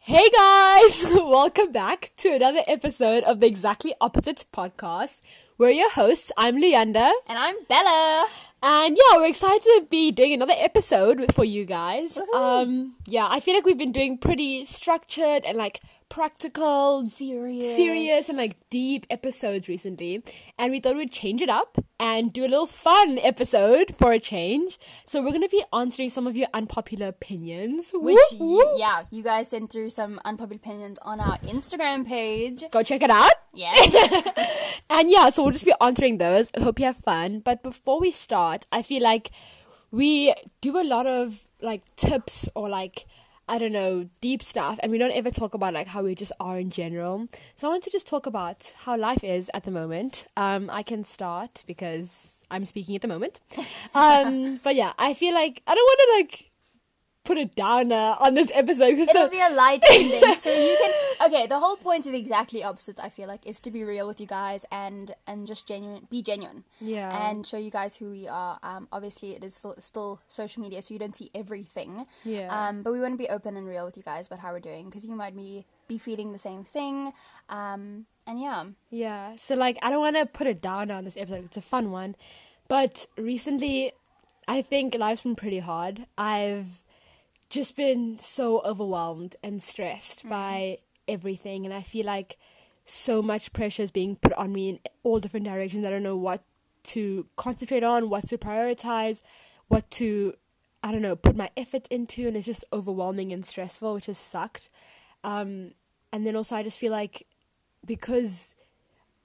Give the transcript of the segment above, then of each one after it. Hey guys, welcome back to another episode of the Exactly Opposite podcast. We're your hosts. I'm Leander, And I'm Bella. and yeah, we're excited to be doing another episode for you guys. Woohoo. Um, yeah, I feel like we've been doing pretty structured and like practical, Serious. serious, and like deep episodes recently, and we thought we'd change it up and do a little fun episode for a change. So we're gonna be answering some of your unpopular opinions, Which, Whoop, y- whoop. yeah, you guys sent through some unpopular opinions on our Instagram page. go check it out. Yes. And yeah, so we'll just be answering those. I Hope you have fun. But before we start, I feel like we do a lot of like tips or like I don't know, deep stuff and we don't ever talk about like how we just are in general. So I want to just talk about how life is at the moment. Um I can start because I'm speaking at the moment. Um but yeah, I feel like I don't want to like put a downer on this episode. 'cause it's It'll so- be a light ending. So you can. Okay, the whole point of Exactly Opposites, I feel like, is to be real with you guys and and just genuine, be genuine. Yeah. And show you guys who we are. Um, obviously, it is still, still social media, so you don't see everything. Yeah. Um, but we want to be open and real with you guys about how we're doing because you might be, be feeling the same thing. Um, and yeah. Yeah. So like I don't want to put it down on this episode. It's a fun one. But recently I think life's been pretty hard. I've just been so overwhelmed and stressed by everything and I feel like so much pressure is being put on me in all different directions. I don't know what to concentrate on, what to prioritize, what to I don't know, put my effort into and it's just overwhelming and stressful, which has sucked. Um and then also I just feel like because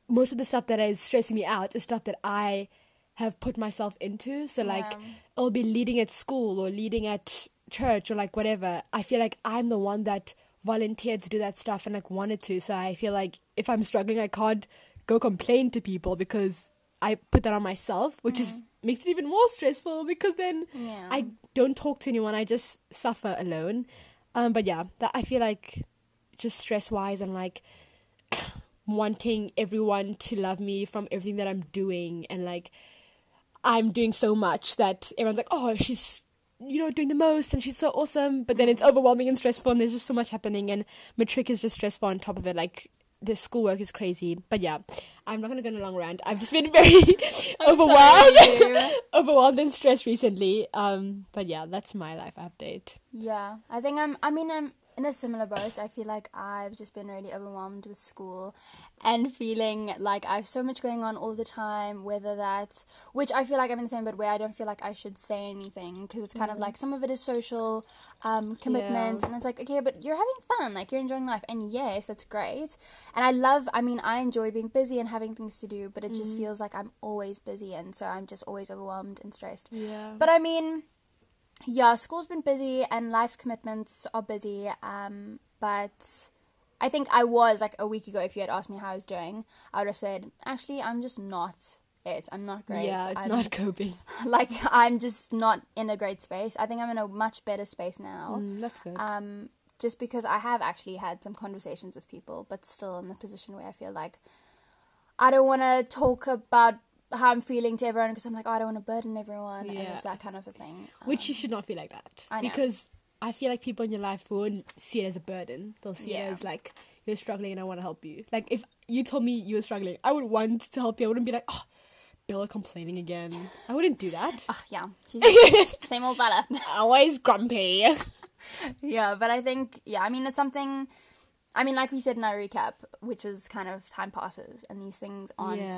most of the stuff that is stressing me out is stuff that I have put myself into. So like Yeah. I'll be leading at school or leading at church or like whatever. I feel like I'm the one that volunteered to do that stuff and like wanted to. So I feel like if I'm struggling I can't go complain to people because I put that on myself, which is makes it even more stressful because then Yeah. I don't talk to anyone. I just suffer alone. Um, but yeah, that I feel like just stress wise and like wanting everyone to love me from everything that I'm doing and like I'm doing so much that everyone's like, oh, she's you know doing the most and she's so awesome. But then Mm. it's overwhelming and stressful and there's just so much happening and matric is just stressful on top of it. Like the schoolwork is crazy. But yeah, I'm not gonna go on a long rant. I've just been very I'm sorry, overwhelmed, you. overwhelmed and stressed recently. Um, but yeah, that's my life update. Yeah, I think I'm. I mean, I'm in a similar boat. I feel like I've just been really overwhelmed with school, and feeling like I have so much going on all the time. Whether that's which I feel like I'm in the same boat where I don't feel like I should say anything because it's kind of like some of it is social um, Mm. commitments, Yeah. and it's like okay, but you're having fun, like you're enjoying life, and yes, that's great. And I love. I mean, I enjoy being busy and having things to do, but it Mm. just feels like I'm always busy, and so I'm just always overwhelmed and stressed. Yeah. But I mean, yeah, school's been busy and life commitments are busy. Um, but I think I was like a week ago. If you had asked me how I was doing, I would have said, actually, I'm just not it. I'm not great. Yeah, I'm, not coping. like I'm just not in a great space. I think I'm in a much better space now. Mm, that's good. Um, just because I have actually had some conversations with people, but still in the position where I feel like I don't want to talk about how I'm feeling to everyone because I'm like, oh, I don't want to burden everyone, and Yeah. it's that kind of a thing. Which you should not feel like that. I know. Because I feel like people in your life won't see it as a burden. They'll see Yeah. it as like you're struggling and I want to help you. Like if you told me you were struggling, I would want to help you. I wouldn't be like, oh, Bella complaining again. I wouldn't do that. Ugh, yeah, she's same old fella. Always grumpy. yeah, but I think yeah, I mean it's something. I mean, like we said in our recap, which is kind of time passes, and these things aren't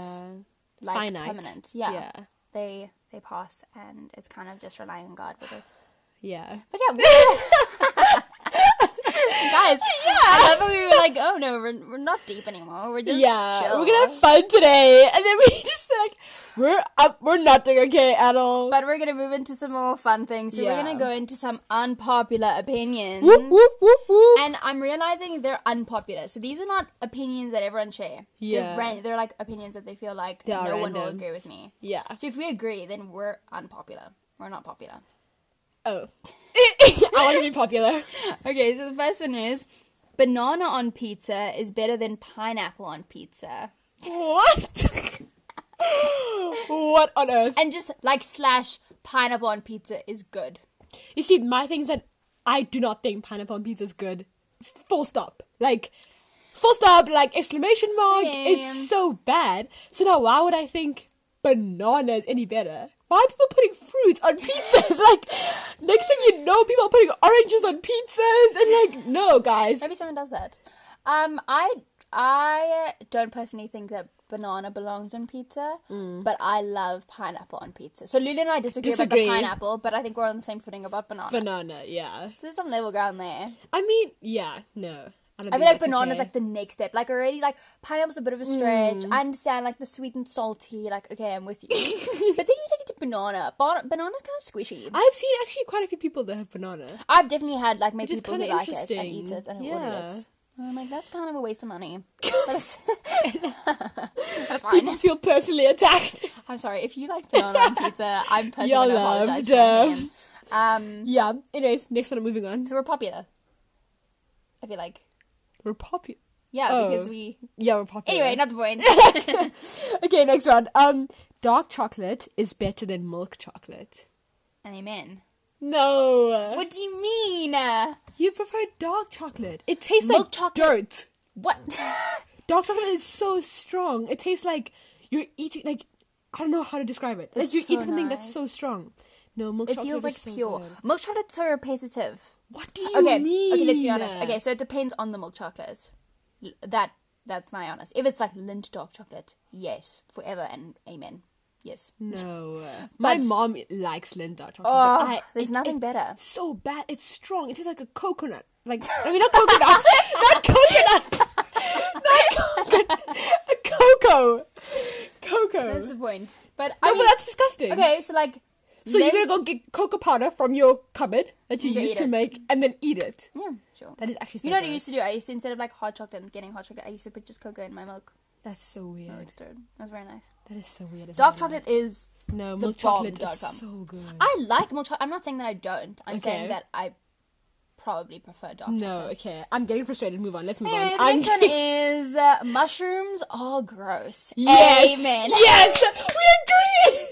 like Finite. permanent. Yeah, Yeah. they they pass, and it's kind of just relying on God with it. Yeah. But yeah, we- guys, I love how we were like, oh no, we're, we're not deep anymore. We're just yeah. chill. We're gonna have fun today. And then we just like we're up we're nothing okay at all. But we're gonna move into some more fun things. So Yeah. we're gonna go into some unpopular opinions. whoop whoop whoop whoop. And I'm realizing they're unpopular. So these are not opinions that everyone share. Yeah. They're, ran- they're like opinions that they feel like They no are one will random. agree with me. yeah. So if we agree, then we're unpopular. We're not popular. Oh. I wanna be popular. Okay, so the first one is banana on pizza is better than pineapple on pizza. What? what on earth? And just like slash pineapple on pizza is good. You see, my thing is that I do not think pineapple on pizza is good. full stop. Like, full stop, like, exclamation mark. Same. It's so bad. So now, why would I think bananas any better? Why are people putting fruit on pizzas? like, next thing you know, people are putting oranges on pizzas. And, like, no, guys. Maybe someone does that. Um, I I don't personally think that banana belongs on pizza, Mm. but I love pineapple on pizza. So Lulu and I disagree, Disagree. about the pineapple, but I think we're on the same footing about banana. Banana, yeah. so there's some level ground there. I mean, yeah, no. I, don't I think feel like that's banana's okay. Mm. like the next step. Like already, like pineapple's a bit of a stretch. I understand like the sweet and salty. Like okay, I'm with you. but then you take it to banana. Ban- banana's kind of squishy. I've seen actually quite a few people that have banana. I've definitely had like my Which is people who kinda like it and eat interesting. it and who order Yeah. it. And I'm like, that's kind of a waste of money. But it's that's fine. People feel personally attacked. I'm sorry if you like banana on pizza. I'm personally You're gonna apologize loved, for my um. name. Um, yeah. Anyways, next one. Moving on. so we're popular. I feel like We're popular. yeah Oh. because we Yeah, we're popular. anyway not the point. okay, next one. Um, dark chocolate is better than milk chocolate. Amen. No, What do you mean? you prefer dark chocolate. It tastes Milk like chocolate- dirt. What? Dark chocolate is so strong. It tastes like you're eating like I don't know how to describe it. Like It's you so eat something that's so nice. strong. No, milk it chocolate feels like is so pure. good. Milk chocolate's so repetitive. What do you Okay. mean? Okay, let's be honest. Okay, so it depends on the milk chocolate. L- That that's my honest. If it's like Lindt dark chocolate, yes, forever and amen. Yes. No, my But- mom likes Lindt dark chocolate. Oh, but I, there's it- nothing it- better. so bad. It's strong. It tastes like a coconut. Like I mean, not coconut, not coconut, not coconut, a cocoa, cocoa. That's the point. But no, I mean, but that's disgusting. okay. So like, So you're gonna go get cocoa powder from your cupboard that you Go used eat to it. make, and then eat it. Yeah, sure. That is actually. So you know what I gross. used to do? I used to instead of like hot chocolate and getting hot chocolate, I used to put just cocoa in my milk, That's so milk weird. stirred. That was very nice. That is so weird. isn't Oh, Dark it? chocolate is No, the milk chocolate bomb is dot com. so good. I like milk chocolate. I'm not saying that I don't. I'm saying Okay. that I probably prefer dark No, chocolate. okay. I'm getting frustrated. Move on. Let's move Anyway, on. the I'm next one is uh, mushrooms are gross. Yes. Amen. Yes. We agree.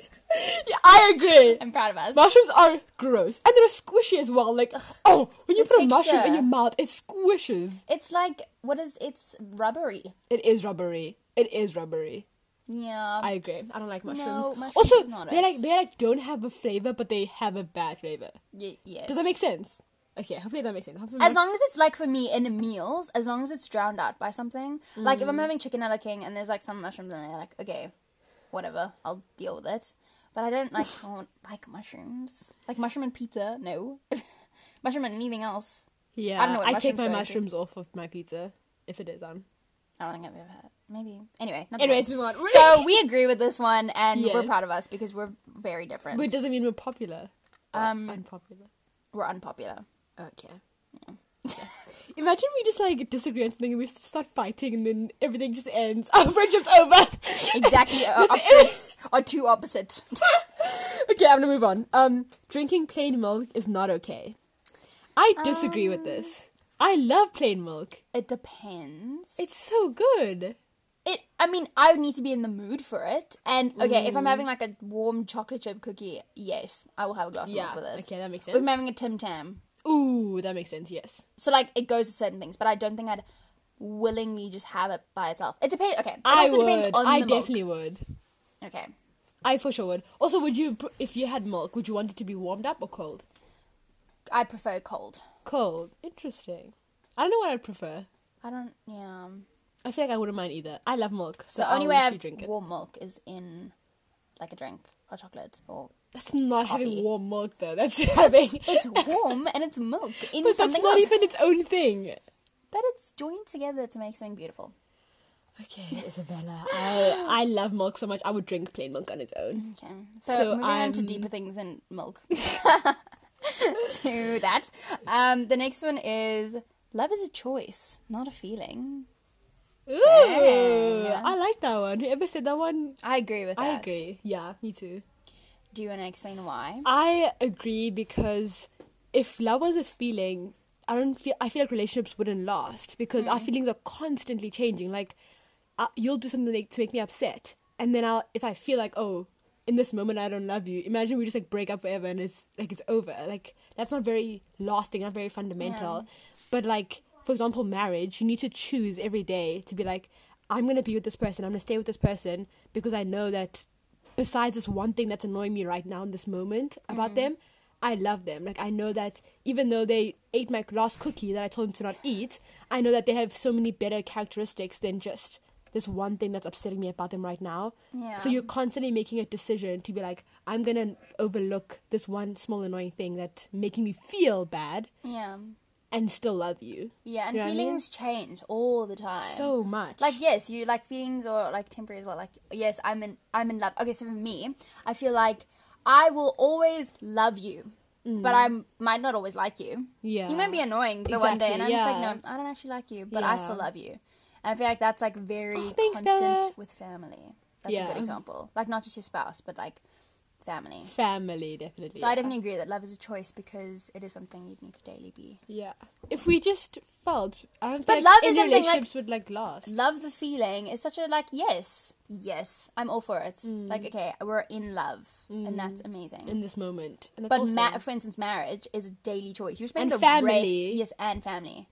yeah, I agree. I'm proud of us. Mushrooms are gross, and they're squishy as well. Like, oh, when you The put a mushroom texture. in your mouth, it squishes. It's like what is? It's rubbery. It is rubbery. It is rubbery. Yeah. I agree. I don't like mushrooms. mushrooms also, is not they it. like they like don't have a flavor, but they have a bad flavor. Y- yes. Does that make sense? Okay, hopefully that makes sense. Hopefully it as makes- long as it's like for me in meals, as long as it's drowned out by something, like Mm. if I'm having chickenella king and there's like some mushrooms in there, like okay, whatever, I'll deal with it. But I don't like I don't like mushrooms, like mushroom and pizza. No, mushroom and anything else. yeah, I don't know what take mushrooms my go into. mushrooms off of my pizza if it is um. on. I don't think I've ever had. Maybe anyway. not the Anyways, point. move on. so we agree with this one, and we're Yes. proud of us because we're very different. but it doesn't mean we're popular. Or Um, unpopular. We're unpopular. Okay. Okay. Imagine we just like disagree on something and we s- start fighting and then everything just ends. Our friendship's over. Exactly, uh, Listen, opposites are two opposite. okay, I'm gonna move on. Um, drinking plain milk is not okay. I disagree Um, with this. I love plain milk. It depends. It's so good. It. I mean, I would need to be in the mood for it. And okay, if I'm Mm. having like a warm chocolate chip cookie, yes, I will have a glass Yeah. of milk with it. Okay, that makes If I'm sense. having a Tim Tam, Ooh, that makes sense. Yes. so like it goes with certain things, but I don't think I'd willingly just have it by itself. It depends. Okay, it I also depends would. on I the milk. definitely would. Okay, I for sure would. Also, would you, pr- if you had milk, would you want it to be warmed up or cold? I prefer cold. Cold. Interesting. I don't know what I'd prefer. I don't. Yeah. um, I feel like I wouldn't mind either. I love milk, so The only I'll way I literally drink it. warm milk is in like a drink or chocolate or That's not coffee. having warm milk though. That's just having. it's warm and it's milk in But that's something not else. even its own thing. But it's joined together to make something beautiful. Okay, Isabella. I, I love milk so much. I would drink plain milk on its own. Okay. So, So moving on to I'm- deeper things than milk. to that. Um, the next one is love is a choice, not a feeling. Ooh, Dang. I like that one. Whoever said that one, I agree with that. I agree. Yeah, me too. Do you want to explain why? I agree because if love was a feeling, I don't feel. I feel like relationships wouldn't last because our feelings are constantly changing. Like, I, you'll do something like, to make me upset, and then I'll if I feel like oh, in this moment I don't love you. Imagine we just like break up forever and it's like it's over. Like that's not very lasting. Not very fundamental. But like for example, marriage, you need to choose every day to be like, I'm gonna be with this person, I'm gonna stay with this person because I know that besides this one thing that's annoying me right now in this moment about them, I love them. Like I know that even though they ate my last cookie that I told them to not eat, I know that they have so many better characteristics than just this one thing that's upsetting me about them right now. Yeah. So you're constantly making a decision to be like, I'm gonna overlook this one small annoying thing that's making me feel bad Yeah. and still love you. Yeah, and You know what I mean? feelings change all the time. So much. like yes, you like feelings or like temporary as well. Like yes, I'm in I'm in love. Okay, so for me, I feel like I will always love you. But I might not always like you. Mm. Yeah. You might be annoying the one day, and I'm Exactly, just yeah. like, no, I don't actually like you, but I Yeah. still love you. And I feel like that's like very Oh, thanks, constant Bella. with family. That's a Yeah. good example. Like not just your spouse, but like family. family definitely. So I yeah. definitely agree that love is a choice because it is something you'd need to daily be Yeah. If we just felt, I don't But think love any is something, like- relationships would like last. love the feeling is such a like yes yes i'm all for it like okay we're in love and that's amazing in this moment. Mm. And that's but ma- awesome. for instance marriage is a daily choice you're spending And the family. rest yes and family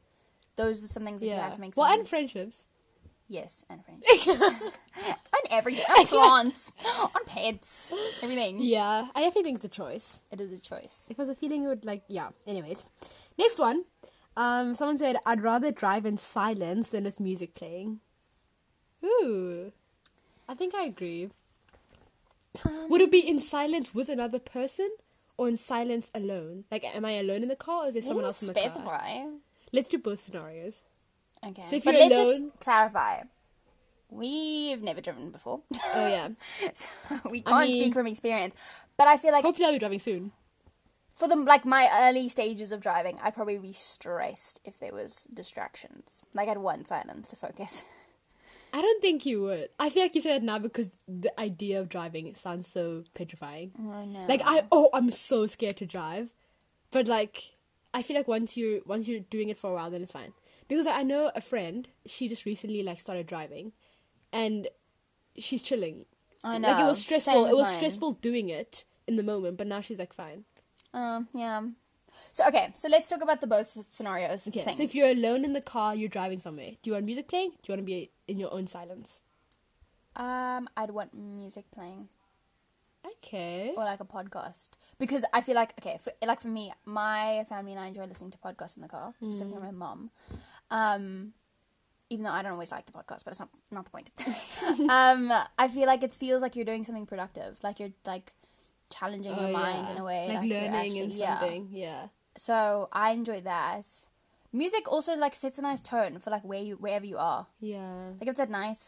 those are some things that you have to make well, sense and friendships. yes and friendships on everything on plants on pets everything Yeah, I definitely think it's a choice. it is a choice If it was a feeling, you would like. Yeah. Anyways, next one. Um, someone said, "I'd rather drive in silence than with music playing." Ooh, I think I agree. would it be in silence with another person or in silence alone? Like, am I alone in the car or is there someone Didn't else in the car? specify Let's do both scenarios. okay So if but you're let's alone- just clarify we've never driven before Oh yeah. so we can't I mean- speak from experience but i feel like Hopefully, I'll be driving soon. for them like my early stages of driving i'd probably be stressed if there was distractions like i'd want silence to focus I don't think you would. I feel like you said that now because the idea of driving sounds so petrifying. oh no Like I oh I'm so scared to drive, but like I feel like once you once you're doing it for a while, then it's fine. Because I know a friend, she just recently like started driving, and she's chilling. i Like it was Same stressful. with It was mine. stressful doing it in the moment, but now she's like fine. um yeah so okay so let's talk about the both s- scenarios Okay, thing. so if you're alone in the car, you're driving somewhere. Do you want music playing? Do you want to be in your own silence? um i'd want music playing Okay. or like a podcast because I feel like okay, for, like for me, my family and I enjoy listening to podcasts in the car, specifically Mm. my mom. Um, even though I don't always like the podcast, but it's not not the point. um, I feel like it feels like you're doing something productive, like you're like challenging Oh, your mind yeah. in a way, like, you're learning and actually- yeah. something. Yeah. So I enjoy that. Music also like sets a nice tone for like where you wherever you are. Yeah. Like if it's at night,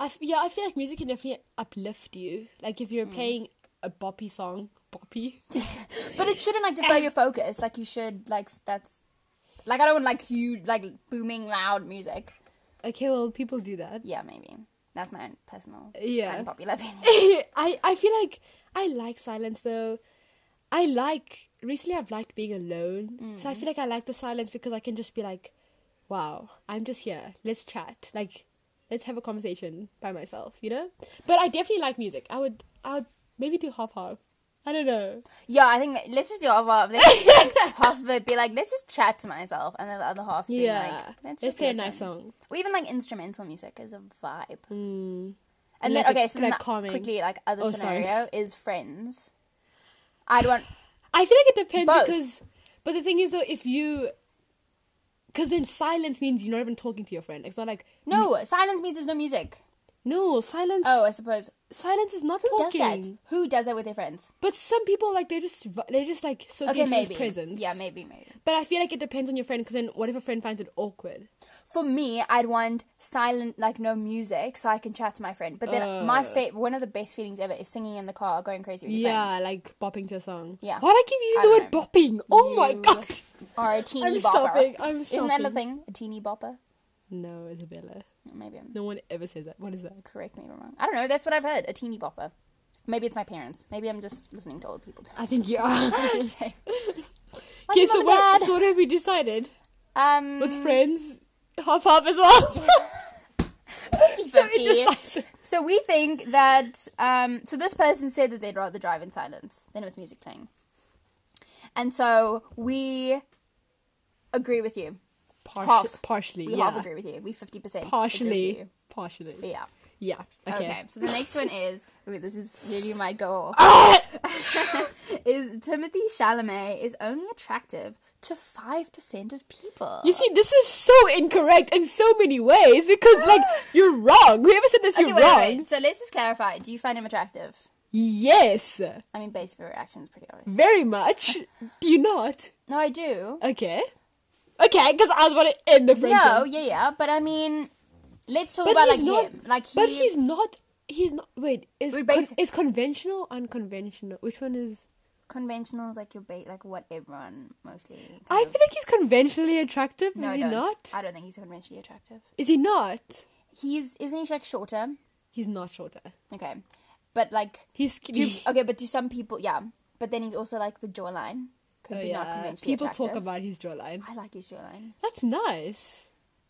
I f- yeah, I feel like music can definitely uplift you. Like if you're playing a boppy song, boppy. But it shouldn't like defer your focus. Like you should like that's like I don't want like huge like booming loud music. Okay, well people do that. Yeah, maybe that's my own personal Yeah. unpopular opinion. I I feel like I like silence though. I like recently I've liked being alone. So I feel like I like the silence because I can just be like, wow, I'm just here. Let's chat. Like let's have a conversation by myself, you know? But I definitely like music. I would I would maybe do half half. I don't know. Yeah, I think let's just do half half. Let's just, like, half of it be like let's just chat to myself, and then the other half be Yeah. like let's let's just play a listen. nice song. Or even like instrumental music is a vibe. Mm. And Like then a- okay, so like then calming. quickly like other Oh, sorry. scenario is friends. I'd want I feel like it depends Both. because, but the thing is though, if you, because then silence means you're not even talking to your friend. It's not like no silence means there's no music. no silence. Oh, I suppose silence is not who talking. does that? Who does that with their friends? But some people like they just v- they just like soak Okay, into maybe. his presence. Yeah, maybe, maybe. But I feel like it depends on your friend. Because then, what if a friend finds it awkward? For me, I'd want silent, like no music, so I can chat to my friend. But then Uh. my fa- one of the best feelings ever is singing in the car, going crazy with your yeah, friends. like bopping to a song. Yeah. Why do I keep I using the word bopping? Oh my You gosh. Or a teeny I'm bopper. stopping. I'm Isn't that a stopping. thing? A teeny bopper? No, Isabella. Maybe I'm No one ever says that. What is that? correct me if I'm wrong. I don't know. That's what I've heard. A teeny bopper. Maybe it's my parents. Maybe I'm just listening to old people. I think you are. okay, okay, so what, so what have we decided? Um, With friends, half half as well. 50-50. so indecisive. So we think that um, so this person said that they'd rather drive in silence than with music playing, and so we agree with you. Partial, half. partially, We yeah. half agree with you. We fifty percent Partially, partially. Yeah. Yeah. Okay. Ah! Okay. So the next one is ooh, this is really might go off. is Timothy Chalamet is only attractive to five percent of people. You see, this is so incorrect in so many ways because, like, you're wrong. Whoever said this, okay, you're wait, wrong. wait, wait. So let's just clarify. Do you find him attractive? Yes, I mean, base of your reaction is pretty obvious. very much. Do you not? No, I do. Okay. Okay, because I was about to end the friendship. No, yeah, yeah, but I mean, let's talk but about like he's not. him. Like he, but he's not. He's not. Wait, is We're con- basi- is conventional unconventional? Which one is? conventional is like your base, like what everyone mostly. kind I of- feel like he's conventionally attractive. no, is I he don't. not? I don't think he's conventionally attractive. Is he not? He's isn't he like shorter? He's not shorter. Okay, but like He's do skinny. okay, but do some people? Yeah, but then he's also like the jawline could Oh, be not yeah. conventionally People attractive. talk about his jawline. I like his jawline. That's nice.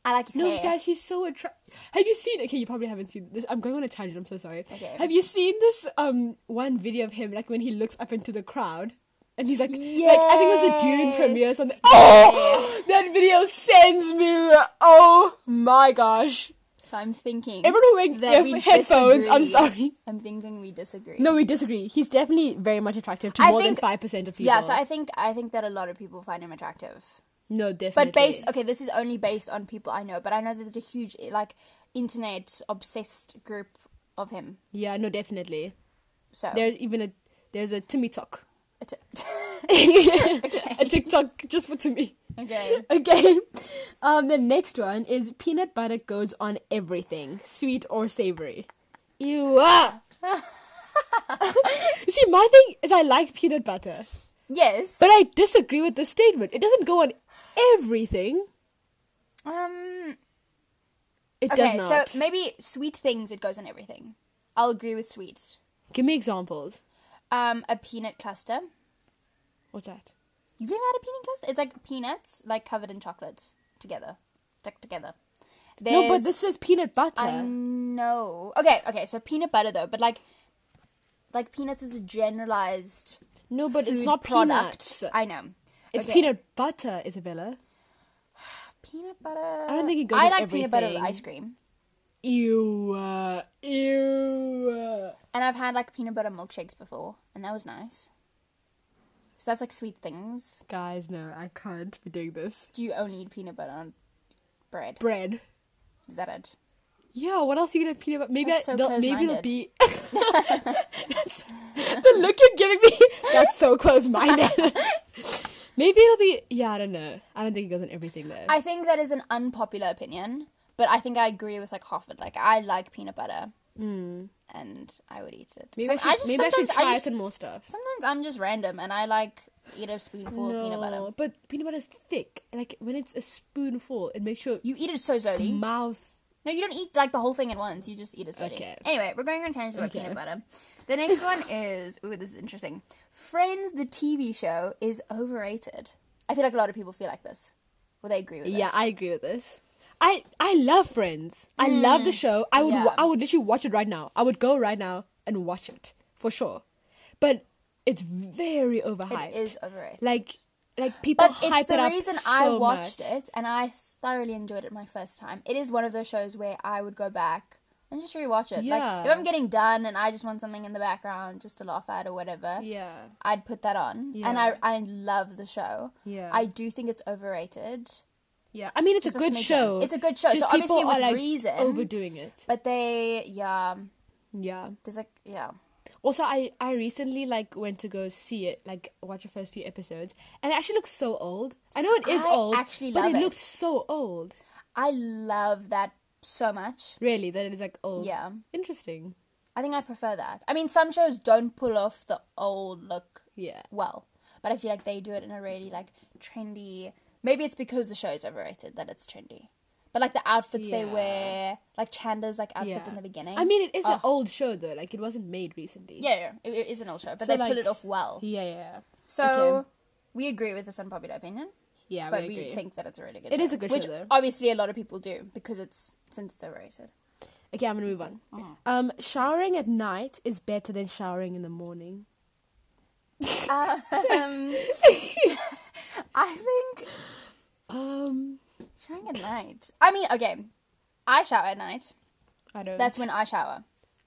I like his No, hair. guys, he's so attractive. Have you seen? Okay, you probably haven't seen this. I'm going on a tangent. I'm so sorry. Okay. Have you seen this um one video of him like when he looks up into the crowd and he's like, like I think it was a Dune Yes. premiere or something. Oh, that video sends me. Oh my gosh! So I'm thinking Everyone who wearing that we ear- headphones. I'm disagree. sorry. I'm thinking we disagree. No, we disagree. He's definitely very much attractive to I more think- than five percent of people. yeah. So I think I think that a lot of people find him attractive. no, definitely. But based okay, this is only based on people I know, but I know that there's a huge like internet obsessed group of him. yeah, no, definitely. So There's even a there's a Timmy talk. It's- a TikTok just for Timmy. okay. Okay. Um, the next one is peanut butter goes on everything, sweet or savory. Ew. ah. you see, my thing is I like peanut butter, Yes. but I disagree with this statement. It doesn't go on everything. um It okay, does not. so maybe sweet things it goes on everything. I'll agree with sweet. Give me examples. Um a peanut cluster. What's that? You've never had a peanut cluster? It's like peanuts like covered in chocolate together. Stuck together. No, but There's- this says peanut butter. I know. Okay, okay, so peanut butter though, but like like peanuts is a generalized No, but it's food not product. peanuts. I know. It's Okay. peanut butter, Isabella. Peanut butter. I don't think it goes I with like peanut butter with everything. ice cream, Ew. Uh, ew. uh. and I've had like peanut butter milkshakes before, and that was nice. So that's like sweet things. Guys, no, I can't be doing this. Do you only eat peanut butter on bread? Bread. Is that it? Yeah, what else are you gonna have peanut butter? Maybe I, That's so they'll- maybe it'll close-minded. be. That's- the look you're giving me. That's so close-minded. maybe it'll be. Yeah, I don't know. I don't think it goes on everything though. I think that is an unpopular opinion, but I think I agree with like half of it. Like I like peanut butter, and I would eat it. Hmm. maybe I Some- should. maybe I should sometimes try just- it and more stuff. Sometimes I'm just random, and I like eat a spoonful of peanut butter. but peanut butter is thick. Like when it's a spoonful, it makes your You eat it so slowly. mouth. No, you don't eat like the whole thing at once. You just eat it slowly. Okay. Anyway, we're going on a tangent about Okay. peanut butter. The next one is ooh, this is interesting. Friends, the TV show, is overrated. I feel like a lot of people feel like this. Well, they agree with Yeah, this. I agree with this. I I love Friends. I love the show. I would wa- Mm. yeah. I would literally watch it right now. I would go right now and watch it for sure. But it's very overhyped. it is overrated. Like like people but it's hype it the up reason so I watched much. it, and I thoroughly enjoyed it my first time. It is one of those shows where I would go back and just rewatch it. Yeah. Like if I'm getting done and I just want something in the background just to laugh at or whatever. Yeah. I'd put that on, and I Yeah. I love the show. Yeah. I do think it's overrated. Yeah. I mean it's Just a a good smidgen. show. It's a good show, Just so obviously people are, with like, reason. overdoing it. But they, yeah, Yeah. there's like, yeah, Also, I I recently like went to go see it, like watch the first few episodes, and it actually looks so old. I know it is I old, actually but love it it. looks so old. I love that so much. Really, that it is like old. Yeah, Interesting. I think I prefer that. I mean, some shows don't pull off the old look Yeah. well, but I feel like they do it in a really like trendy. Maybe it's because the show is overrated that it's trendy. But like the outfits they Yeah. wear, like Chandler's like outfits Yeah. in the beginning. I mean, it is an Oh. old show though. Like it wasn't made recently. yeah, yeah, it, it is an old show, but So, they like- pull it off well. Yeah, yeah, So Okay. we agree with this unpopular opinion. yeah. but we we agree. think that it's a really good It show. is a good which show, though. obviously a lot of people do because it's since it's overrated okay, I'm gonna move on. Uh-huh. Um, showering at night is better than showering in the morning. um, i think Um, Showering at night. I mean, okay, I shower at night. I don't. That's when I shower.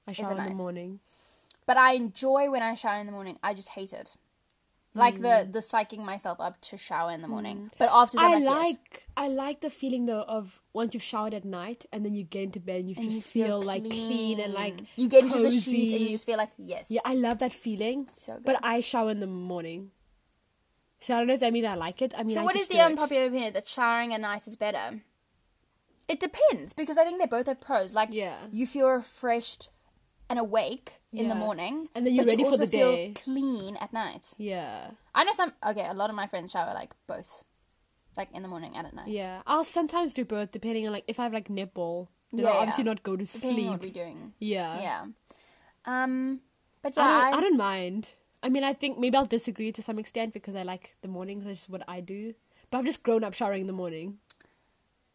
I at shower in the night. morning. But I enjoy when I shower in the morning. I just hate it. Like the the psyching myself up to shower in the morning. But after that, Mm. I I'm like, yes. like I like the feeling though of once you've showered at night and then you get into bed and you just you feel, like clean and like you get into the sheets and cozy. you just feel like yes. Yeah, I love that feeling. So good. But I shower in the morning. So I don't know if that means I like it. I mean, so I what is just the do it. unpopular opinion that showering at night is better? It depends because I think they both have pros. Like Yeah. you feel refreshed and awake in the Yeah. morning, And then you're but ready you for also the day. Feel clean at night. Yeah, I know some. Okay, a lot of my friends shower like both, like in the morning and at night. yeah. I'll sometimes do both depending on like if I have like netball. Then Yeah, I'll obviously yeah. not go to depending on what we're sleep. doing. Yeah. yeah. Um, but yeah, I I, don't, I don't mind. I mean, I think maybe I'll disagree to some extent because I like the mornings. That's just what I do. But I've just grown up showering in the morning.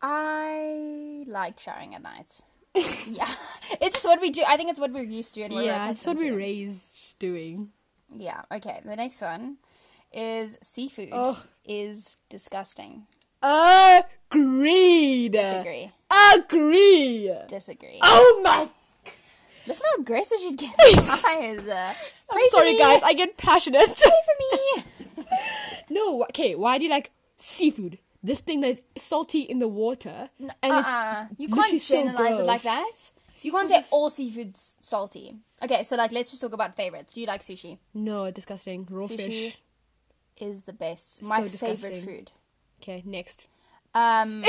I like showering at night. yeah, it's just what we do. I think it's what we're used to and what yeah, we're that's what accustomed we to. raised doing. Yeah. Okay. The next one is seafood Ugh. is disgusting. Agreed. Disagree. Agree. Disagree. Oh my Listen how aggressive she's getting. uh, Guys. I'm sorry, guys. I get passionate. For me. no, okay. Why do you like seafood? This thing that's salty in the water, and uh-uh. it's you literally can't so generalize it gross. like that. You can't say Seafood is- all seafood's salty. Okay, so like let's just talk about favorites. Do you like sushi? No, disgusting. Raw Sushi. fish. Is the best. My favorite disgusting. food. Okay, next. Um,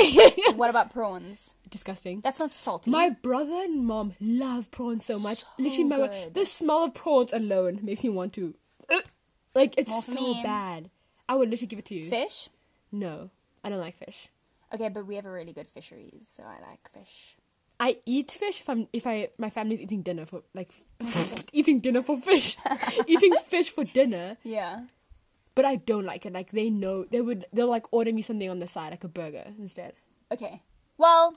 what about prawns? Disgusting. That's not salty. My brother and mom love prawns so much. Literally, my good. the smell of prawns alone makes me want to, uh, like, it's More for so me. bad. I would literally give it to you. fish. No, I don't like fish. Okay, but we have a really good fisheries, so I like fish. I eat fish if I'm if I my family's eating dinner for like eating dinner for fish, eating fish for dinner. Yeah. But I don't like it. Like they know they would they'll like order me something on the side like a burger instead. Okay. Well,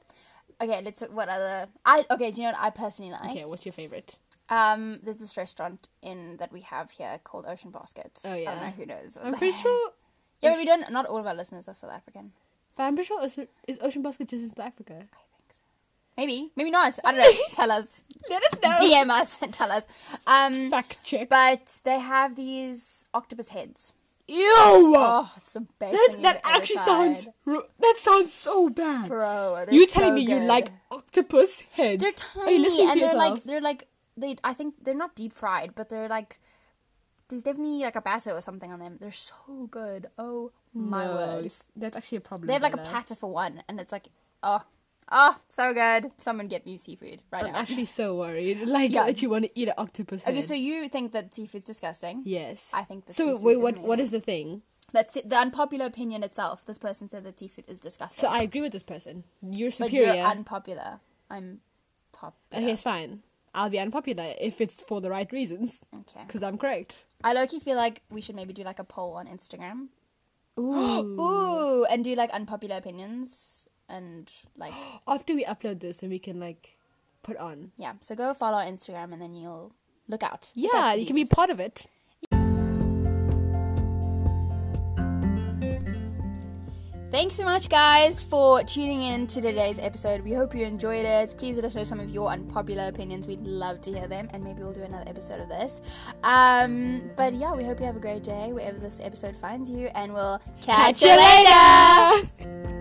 okay. Let's talk. What other? I okay. Do you know what I personally like? Okay, what's your favorite? Um, there's this restaurant in that we have here called Ocean Baskets. Oh, I don't yeah. know who knows. What I'm the pretty heck. sure. Yeah, but we don't. Not all of our listeners are South African. But I'm pretty sure is, is Ocean Basket just in South Africa. I think so. Maybe. Maybe not. I don't know. tell us. Let us know. DM us and tell us. Um, Fact check. but they have these octopus heads. Ew. Oh, it's the best that thing that you've actually ever tried. sounds ru- that sounds so bad. bro. they're you telling so me you good. like octopus heads? They're Are you tiny listening and to they're yourself? like they're like they. I think they're not deep fried, but they're like there's definitely like a batter or something on them. They're so good. Oh my no, word! it's- that's actually a problem. They have like a Bella. platter for one, and it's like oh oh so good. Someone get me seafood right I'm now. actually so worried. Like Yeah. that you want to eat an octopus head. Okay, so you think that seafood's disgusting? yes. I think that so seafood wait, is what what amazing. is the thing? That's it, the unpopular opinion itself. This person said that seafood is disgusting. So I agree with this person. You're but superior. you're unpopular. I'm popular. Okay, it's fine. I'll be unpopular if it's for the right reasons okay. because I'm correct. I low-key feel like we should maybe do like a poll on Instagram. Ooh. Ooh, and do like unpopular opinions and like After we upload this and we can like put on. yeah. So go follow our Instagram and then you'll look out. Look out Yeah, for you can be these. part of it. Thanks so much, guys, for tuning in to today's episode. We hope you enjoyed it. Please let us know some of your unpopular opinions. We'd love to hear them, and maybe we'll do another episode of this. Um, but yeah, we hope you have a great day wherever this episode finds you, and we'll catch, you later. later.